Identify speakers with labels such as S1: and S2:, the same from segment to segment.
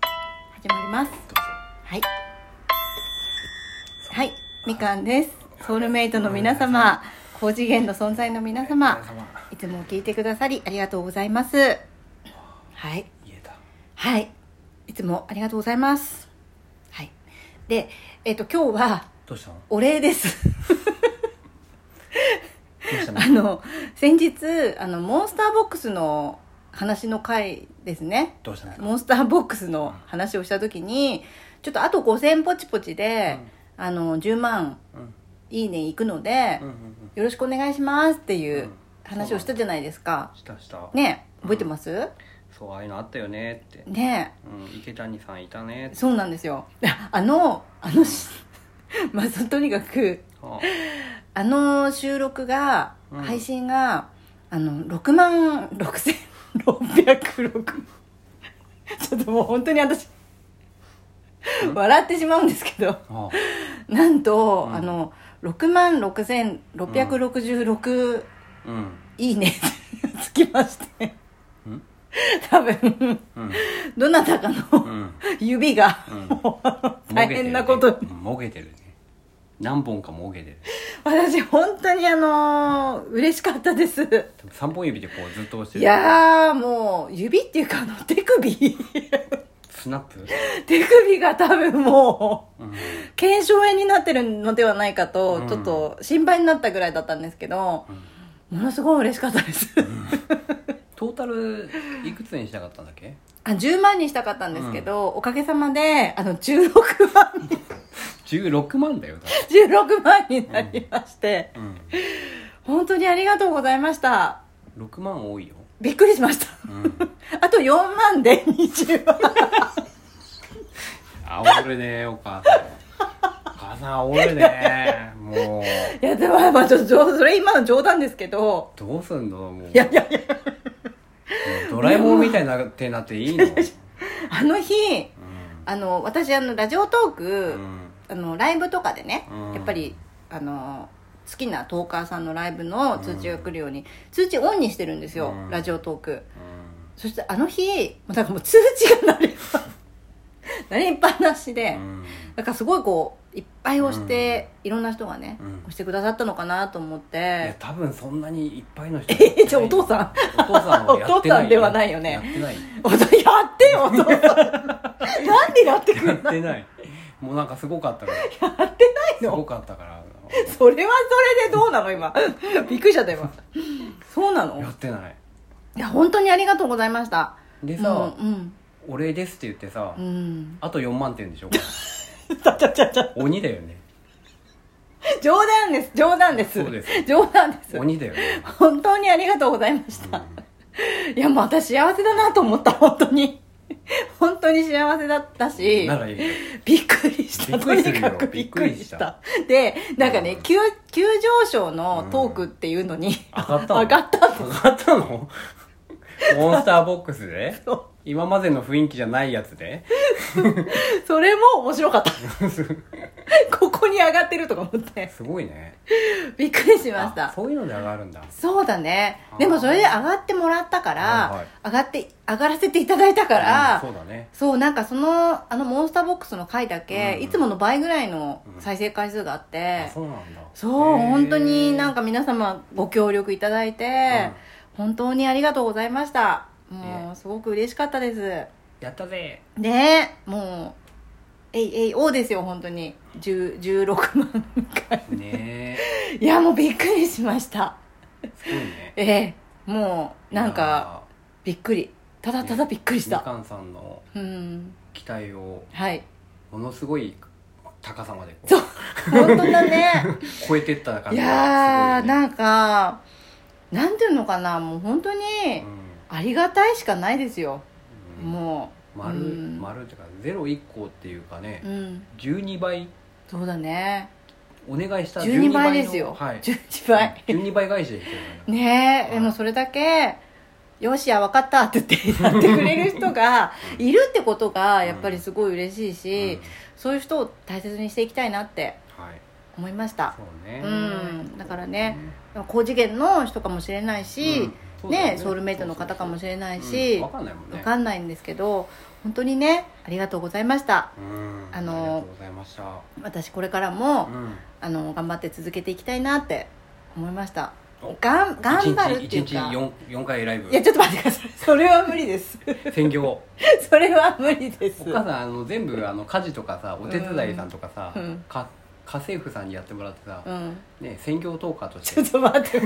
S1: 始まります
S2: どうぞ
S1: はいはいみかんですソウルメイトの皆様高次元の存在の皆様
S2: 皆様
S1: いつも聞いてくださりありがとうございますはい
S2: 言えた
S1: はいいつもありがとうございますはいでえっ、と今日は
S2: どうしたの
S1: お礼です
S2: どうしたの
S1: あの先日あのモンスターボックスの話の回ですね
S2: どうしたの
S1: モンスターボックスの話をした時にちょっとあと5000ポチポチで、あの10万
S2: うん
S1: いいねいくので、
S2: うんうんうん
S1: よろしくお願いしますっていううん話をしたじゃないですか、
S2: したした
S1: ね覚えてます、
S2: そうああいうのあったよねって
S1: ね
S2: うん池谷さんいたねって
S1: そうなんですよあのあの しまあそとにかく
S2: あ
S1: あの収録が、
S2: うん
S1: 配信があの6万6606ちょっともう本当に私笑ってしまうんですけど
S2: あ
S1: なんと、
S2: うん
S1: あの6万6666
S2: うん
S1: いいね つきまして
S2: うん
S1: 多分
S2: うん
S1: どなたか
S2: う
S1: の
S2: ん
S1: 指が、
S2: うん
S1: もう大変なことに
S2: もげてるね何本かもげてる
S1: 私本当にあのー嬉しかったです
S2: 多分三本指でこうずっと押して
S1: い
S2: る
S1: やーもう指っていうかあの手首
S2: スナップ
S1: 手首が多分も
S2: うん
S1: う腱鞘炎になってるのではないかと、
S2: うん
S1: ちょっと心配になったぐらいだったんですけど、ものすごい嬉しかったです、
S2: トータルいくつにしなかったんだっけ
S1: あ10万にしたかったんですけど、おかげさまであの16万 に
S2: 16万だよだって
S1: 16万になりまして、
S2: う
S1: 本当にありがとうございました
S2: ん6万多いよ
S1: びっくりしました
S2: うん
S1: あと4万で20万
S2: 煽るねお母さんお母さん煽るねもう
S1: いやでもまあちょっと冗それ今の冗談ですけど
S2: どうすんのもう
S1: いやいやいや
S2: もうドラえもんみたいになってなっていいの
S1: あの日
S2: うん
S1: あの私あのラジオトーク、
S2: うん
S1: あのライブとかでね、
S2: うん
S1: やっぱりあの好きなトーカーさんのライブの通知が来るように、通知オンにしてるんですよ、
S2: うん
S1: ラジオトーク
S2: うん
S1: そしてあの日なんかもう通知が鳴り 鳴りっぱなしで、
S2: うん
S1: なんかすごいこういっぱい押して、いろんな人がね、
S2: うん
S1: 押してくださったのかなと思っ
S2: いや
S1: て
S2: 多分そんなにいっぱいの人
S1: えじゃあお父さん
S2: お父さんはやって
S1: お父さ
S2: ない
S1: んではないよね
S2: やってない
S1: お父さんやってよお父さ んなんでやってく
S2: や
S1: る
S2: ってないもうなんかすごかったからす
S1: やってないの
S2: ごかったから
S1: それはそれでどうなの今 びっくりしちゃった今そうなの
S2: やってない
S1: いや本当にありがとうございました
S2: でさ
S1: もううん
S2: 「お礼です」って言ってさ
S1: うん
S2: あと4万点でし ょ
S1: ちゃちゃちゃちゃ
S2: 鬼だよね
S1: 冗談です冗談です
S2: そうです
S1: 冗談です
S2: 鬼だよね
S1: 本当にありがとうございました、いやもう私幸せだなと思った本当に本当に幸せだったし
S2: ならいいよ
S1: びっくりした
S2: びっくりす
S1: と
S2: る
S1: に
S2: よ
S1: かくびっくりしたでなんかね、
S2: うん
S1: 急急上昇のトークっていうのに、
S2: 上がったの
S1: 上がったんです
S2: 上がった のモンスターボックスで
S1: そう
S2: 今までの雰囲気じゃないやつで
S1: それも面白かった ここに上がってるとか思って
S2: すごいね
S1: びっくりしまし
S2: あ
S1: た
S2: そういうので上がるんだ
S1: そうだね
S2: あー
S1: でもそれで上がってもらったから、
S2: はいはい
S1: 上がって上がらせていただいたから、
S2: うんそうだね
S1: そうなんかそのあのモンスターボックスの回だけ、
S2: うん
S1: いつもの倍ぐらいの再生回数があって、
S2: あそうなんだ
S1: そう本当になんか皆様ご協力いただいて、本当にありがとうございましたもう
S2: ね
S1: すごく嬉しかったです
S2: やった ぜ
S1: ねえもうえいえいおうですよ本当に10 16万回
S2: ね
S1: いやもうびっくりしました
S2: えすごいね
S1: ええもうなんかびっくりただただびっくりし
S2: み
S1: た、
S2: かんさんの
S1: うん
S2: 期待を
S1: はい
S2: ものすごい高さまでこう
S1: そう本当だ ね
S2: 超えてった感
S1: い
S2: じが
S1: やー
S2: すごい
S1: な
S2: ね
S1: んかなんていうのかなもう本当にありがたいしかないですよ、
S2: うんうん
S1: もう
S2: 丸
S1: うん
S2: 丸っていうかゼロ一個っていうかね
S1: ううん
S2: 12倍
S1: そうだね
S2: お願いした
S1: 12
S2: 12倍
S1: 倍
S2: の
S1: ですよ、
S2: はい
S1: 12倍
S2: 12倍返しでき てるから
S1: ねえ、
S2: はい
S1: でもそれだけ「よしや分かった」って言ってやってくれる人がいるってことがやっぱりすごい嬉しいし、そういう人を大切にしていきたいなって
S2: うんはい
S1: 思いました
S2: そうね
S1: うんだからね高次元の人かもしれないし、
S2: うんそうだよ
S1: ね
S2: ね
S1: ソウルメイトの方かもしれないし、
S2: うんわ
S1: わ
S2: かんないもんね
S1: かんないんですけど本当にねありがとうございました
S2: うん
S1: あのー
S2: ありがとうございました
S1: 私これからも、
S2: うん
S1: あの頑張って続けていきたいなって思いました
S2: お
S1: がん頑張るっていう
S2: 一日
S1: か
S2: 四四回ライブ
S1: いやちょっと待ってくださいそれは無理です
S2: 専業
S1: それは無理です
S2: お母さんあの全部あの家事とかさお手伝いさんとかさ、
S1: うん
S2: か家政婦さんにやってもらってさ、
S1: うん
S2: ね専業トーカーとし
S1: ちょ
S2: て
S1: っと待っ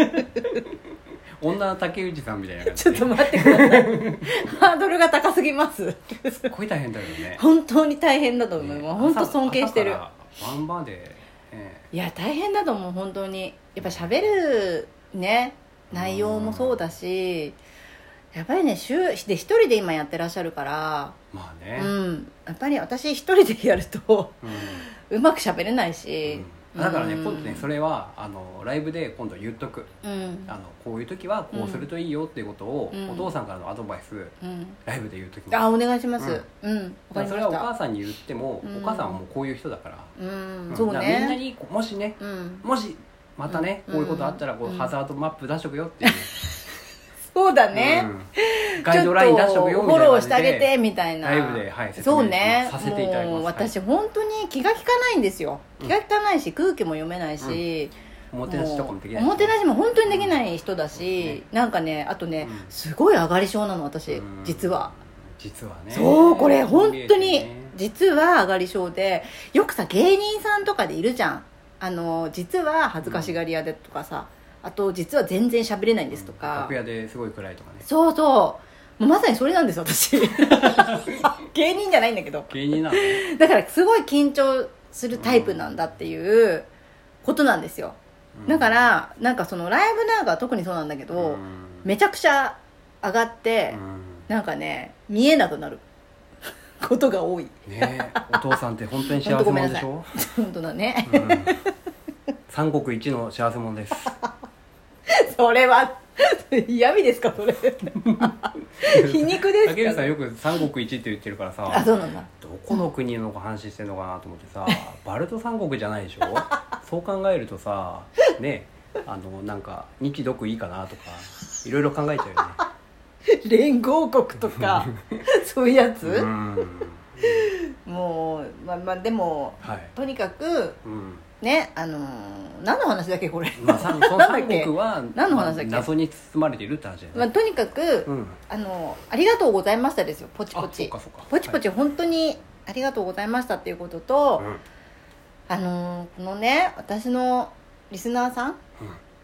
S1: て
S2: 女竹内さんみたいな感じ
S1: ちょっと待ってくださいハードルが高すぎます
S2: すっごい大変だよね
S1: 本当に大変だと思う、
S2: ね
S1: もう本当
S2: 朝
S1: 尊敬してる
S2: 朝から晩まで、ね
S1: いや大変だと思う本当にやっぱ喋るね内容もそうだしやっぱりね週で一人で今やってらっしゃるから
S2: まあ
S1: う
S2: ね、
S1: んやっぱり私一人でやると
S2: うん
S1: うまく喋れないし、
S2: うんだからね、
S1: うん
S2: 今度ねそれはあのライブで今度言っとく
S1: うん
S2: あのこういう時はこうするといいよっていうことを、
S1: うん
S2: お父さんからのアドバイス
S1: うん
S2: ライブで言うときに
S1: あお願いしますうんわ、かり
S2: そ
S1: ま
S2: れは
S1: し
S2: お母
S1: た
S2: さんに言っても、
S1: うん
S2: お母さんはもうこういう人だから、
S1: うん
S2: ん
S1: そう
S2: だからみんな
S1: ね
S2: にこうもしね
S1: うん
S2: もしまたね、
S1: うん
S2: こういうことあったらこう、
S1: うん
S2: ハザードマップ出しとくよっていう、
S1: そうだね、
S2: うんガイドライン出しとくよみ
S1: フ
S2: た
S1: ォ
S2: いな
S1: ロ
S2: 感
S1: ー
S2: じ
S1: し
S2: で
S1: てあげてみたいな
S2: ライブで、はい、説明
S1: そうね
S2: させていただきます
S1: もう
S2: はい
S1: 私本当に気が利かないんですよ
S2: うん
S1: 気が利かないし空気も読めないし、
S2: おもてなしとかもできない
S1: おもてなしも本当にできない人だ
S2: うん
S1: し、なんかねあとね、
S2: うん
S1: すごい上がり症なの私、
S2: うん
S1: 実は
S2: 実はね
S1: そうこれ本当
S2: 見え
S1: に
S2: てね
S1: 実は上がり症でよくさ芸人さんとかでいるじゃんあの実は恥ずかしがり屋でとかさ、あと実は全然喋れないんですとか、
S2: 楽屋ですごい暗いとかね
S1: そうそうもうまさにそれなんです 私芸人じゃないんだけど
S2: 芸人なのね
S1: だからすごい緊張するタイプなんだっていうことなんですよ、
S2: うん
S1: だからなんかそのライブなんかは特にそうなんだけど、
S2: うん
S1: めちゃくちゃ上がって、
S2: うん
S1: なんかね見えなくなる ことが多い
S2: ねえお父さんって本当に幸せ者でしょ、
S1: 本当だね
S2: うん、三国一の幸せ者です
S1: それは 嫌味ですか それ皮肉ですか
S2: 竹内さんよく三国一って言ってるからさ
S1: あそうなんだ
S2: どこの国の話してんのかなと思ってさバルト三国じゃないでしょそう考えるとさねあのなんか日独いいかなとかいろいろ考えちゃうよね
S1: 連合国とかそういうやつ、
S2: うん
S1: もうまあまあでも
S2: はい、
S1: とにかく
S2: うん
S1: ねあのー何の話だっけこれ、
S2: まあ、さその
S1: なんだ
S2: 三
S1: っけ
S2: 国は
S1: 何の話だっけ
S2: 謎に包まれているって話だよね、
S1: まあ、とにかく、
S2: うん
S1: あのーありがとうございました」ですよポチポ
S2: あそっ
S1: チ
S2: かそっか
S1: ポチポチ本当にありがとうございましたっていうことと、
S2: はいうん
S1: あのーこのね私のリスナーさん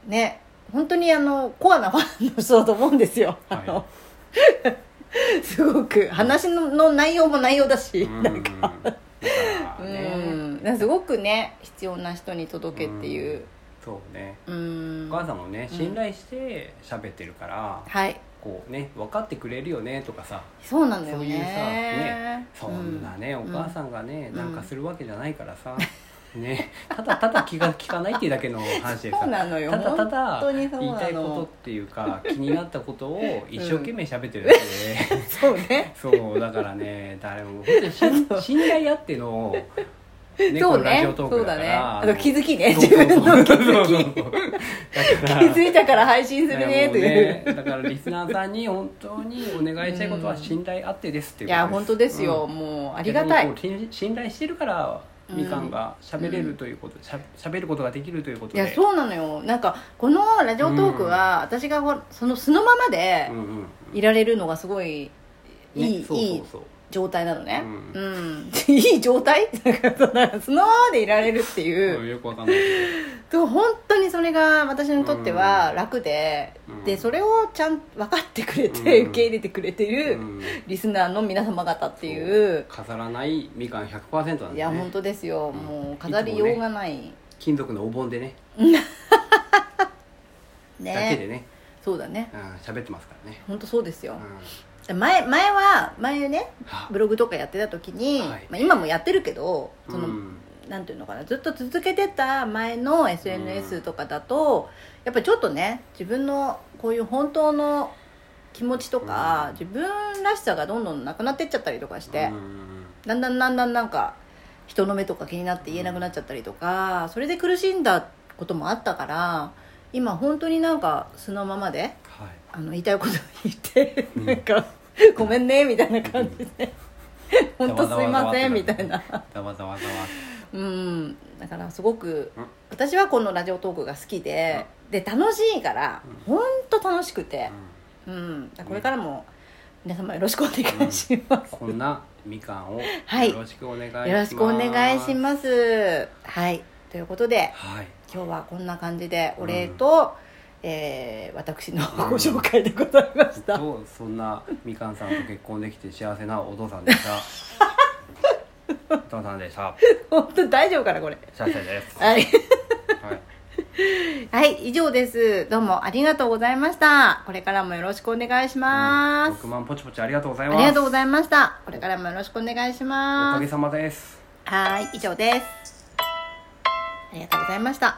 S2: うん
S1: ね本当にあのコアなファンの人だと思うんですよ、
S2: はい
S1: あの すごく話のの内容も内容だし、
S2: なんかだからね
S1: うん、だからすごくね必要な人に届けっていう、
S2: そうね
S1: うん
S2: お母さんもね
S1: うん
S2: 信頼して喋ってるから、
S1: はい
S2: こうね分かってくれるよねとかさ
S1: そうな
S2: そ
S1: ん
S2: う
S1: だよ
S2: いうさ
S1: ね
S2: ねそんなね、
S1: うん
S2: お母さんがね、
S1: うん
S2: なんかするわけじゃないからさ、ねただただ気が利かないっていうだけの話でさ
S1: そうなのよ
S2: ただただ
S1: 本当にそうな
S2: 言い
S1: の
S2: たいことっていうか気になったことを一生懸命喋ってるだけで、
S1: うんそうね
S2: そうだからね誰も本当に信信頼あっての、ね
S1: そ
S2: こ
S1: う
S2: のラジ
S1: ね
S2: オトー
S1: そ
S2: ク
S1: う
S2: だ
S1: だ
S2: か
S1: ね
S2: ら
S1: あと気づきね
S2: そう
S1: 自
S2: そう
S1: 分
S2: そう
S1: の気づ
S2: そう
S1: き
S2: そうだから
S1: 気づいたから配信するねという
S2: だからもうねだからリスナーさんに本当にお願いしたいことは信頼あってですって
S1: い
S2: いうことです
S1: や本当ですよ、
S2: うん
S1: もうありがたい
S2: 逆にこう信頼してるから
S1: うん
S2: みかんが喋れるということ、しゃ喋ることができるということ
S1: い
S2: で
S1: やそうなのよなんかこのラジオトークは、私がほその素のままで
S2: うんうん
S1: いられるのがすごいい
S2: ね
S1: い、
S2: そう
S1: い
S2: そ
S1: いう
S2: そう
S1: 状態なのねう、
S2: うん
S1: いい状態なんかそんなそのままでいられるっていう、
S2: うんよくわかんないけ
S1: と本当にそれが私にとっては楽で、
S2: うん
S1: でそれをちゃん分かってくれて、
S2: うん
S1: 受け入れてくれて
S2: ど、
S1: る
S2: うん
S1: リスナーの皆様方っていう、
S2: 飾らないみかん100%なんですね
S1: いや本当ですよ、
S2: ん
S1: もう飾りようがないね
S2: 金属のお盆でねだけでね
S1: そうだね
S2: うん喋ってますからね、
S1: 本当そうですよ
S2: うん、
S1: 前前は前ね
S2: は
S1: ブログとかやってた時に、
S2: はい
S1: まあ、今もやってるけどその、
S2: うん
S1: なんていうのかなずっと続けてた前の SNS とかだと、やっぱりちょっとね自分のこういう本当の気持ちとか、
S2: うん
S1: 自分らしさがどんどんなくなってっちゃったりとかして、
S2: うん
S1: だんだんだんだんなんか人の目とか気になって言えなくなっちゃったりとか、それで苦しんだこともあったから今本当になんかそのままで
S2: はい
S1: あの言いたいこと言って、なんか「ごめんね」みたいな感じで「本当すいません」みたいな
S2: ざわざわざわざわ
S1: うんだからすごく
S2: うん
S1: 私はこのラジオトークが好きでで楽しいから本当楽しくて、うん、これからも皆様よろしくお願いします、
S2: こんなみかんをよ
S1: はい
S2: ろしくお願いします、
S1: よろしくお願いしますはいということで
S2: はい
S1: 今日はこんな感じでお礼と、えー私のご紹介でございました、
S2: とそんなみかんさんと結婚できて幸せなお父さんでした お父さんでした
S1: 本当大丈夫かなこれ
S2: 幸せですはい、
S1: はいはい、以上です。どうもありがとうございました。これからもよろしくお願いしま
S2: うん
S1: す。
S2: 6万ポチポチありがとうござい
S1: あ
S2: ます
S1: りがとうございました。これからもよろしくお願いし
S2: おか
S1: ま
S2: げ
S1: す。
S2: さまです
S1: はい、以上です。ありがとうございました。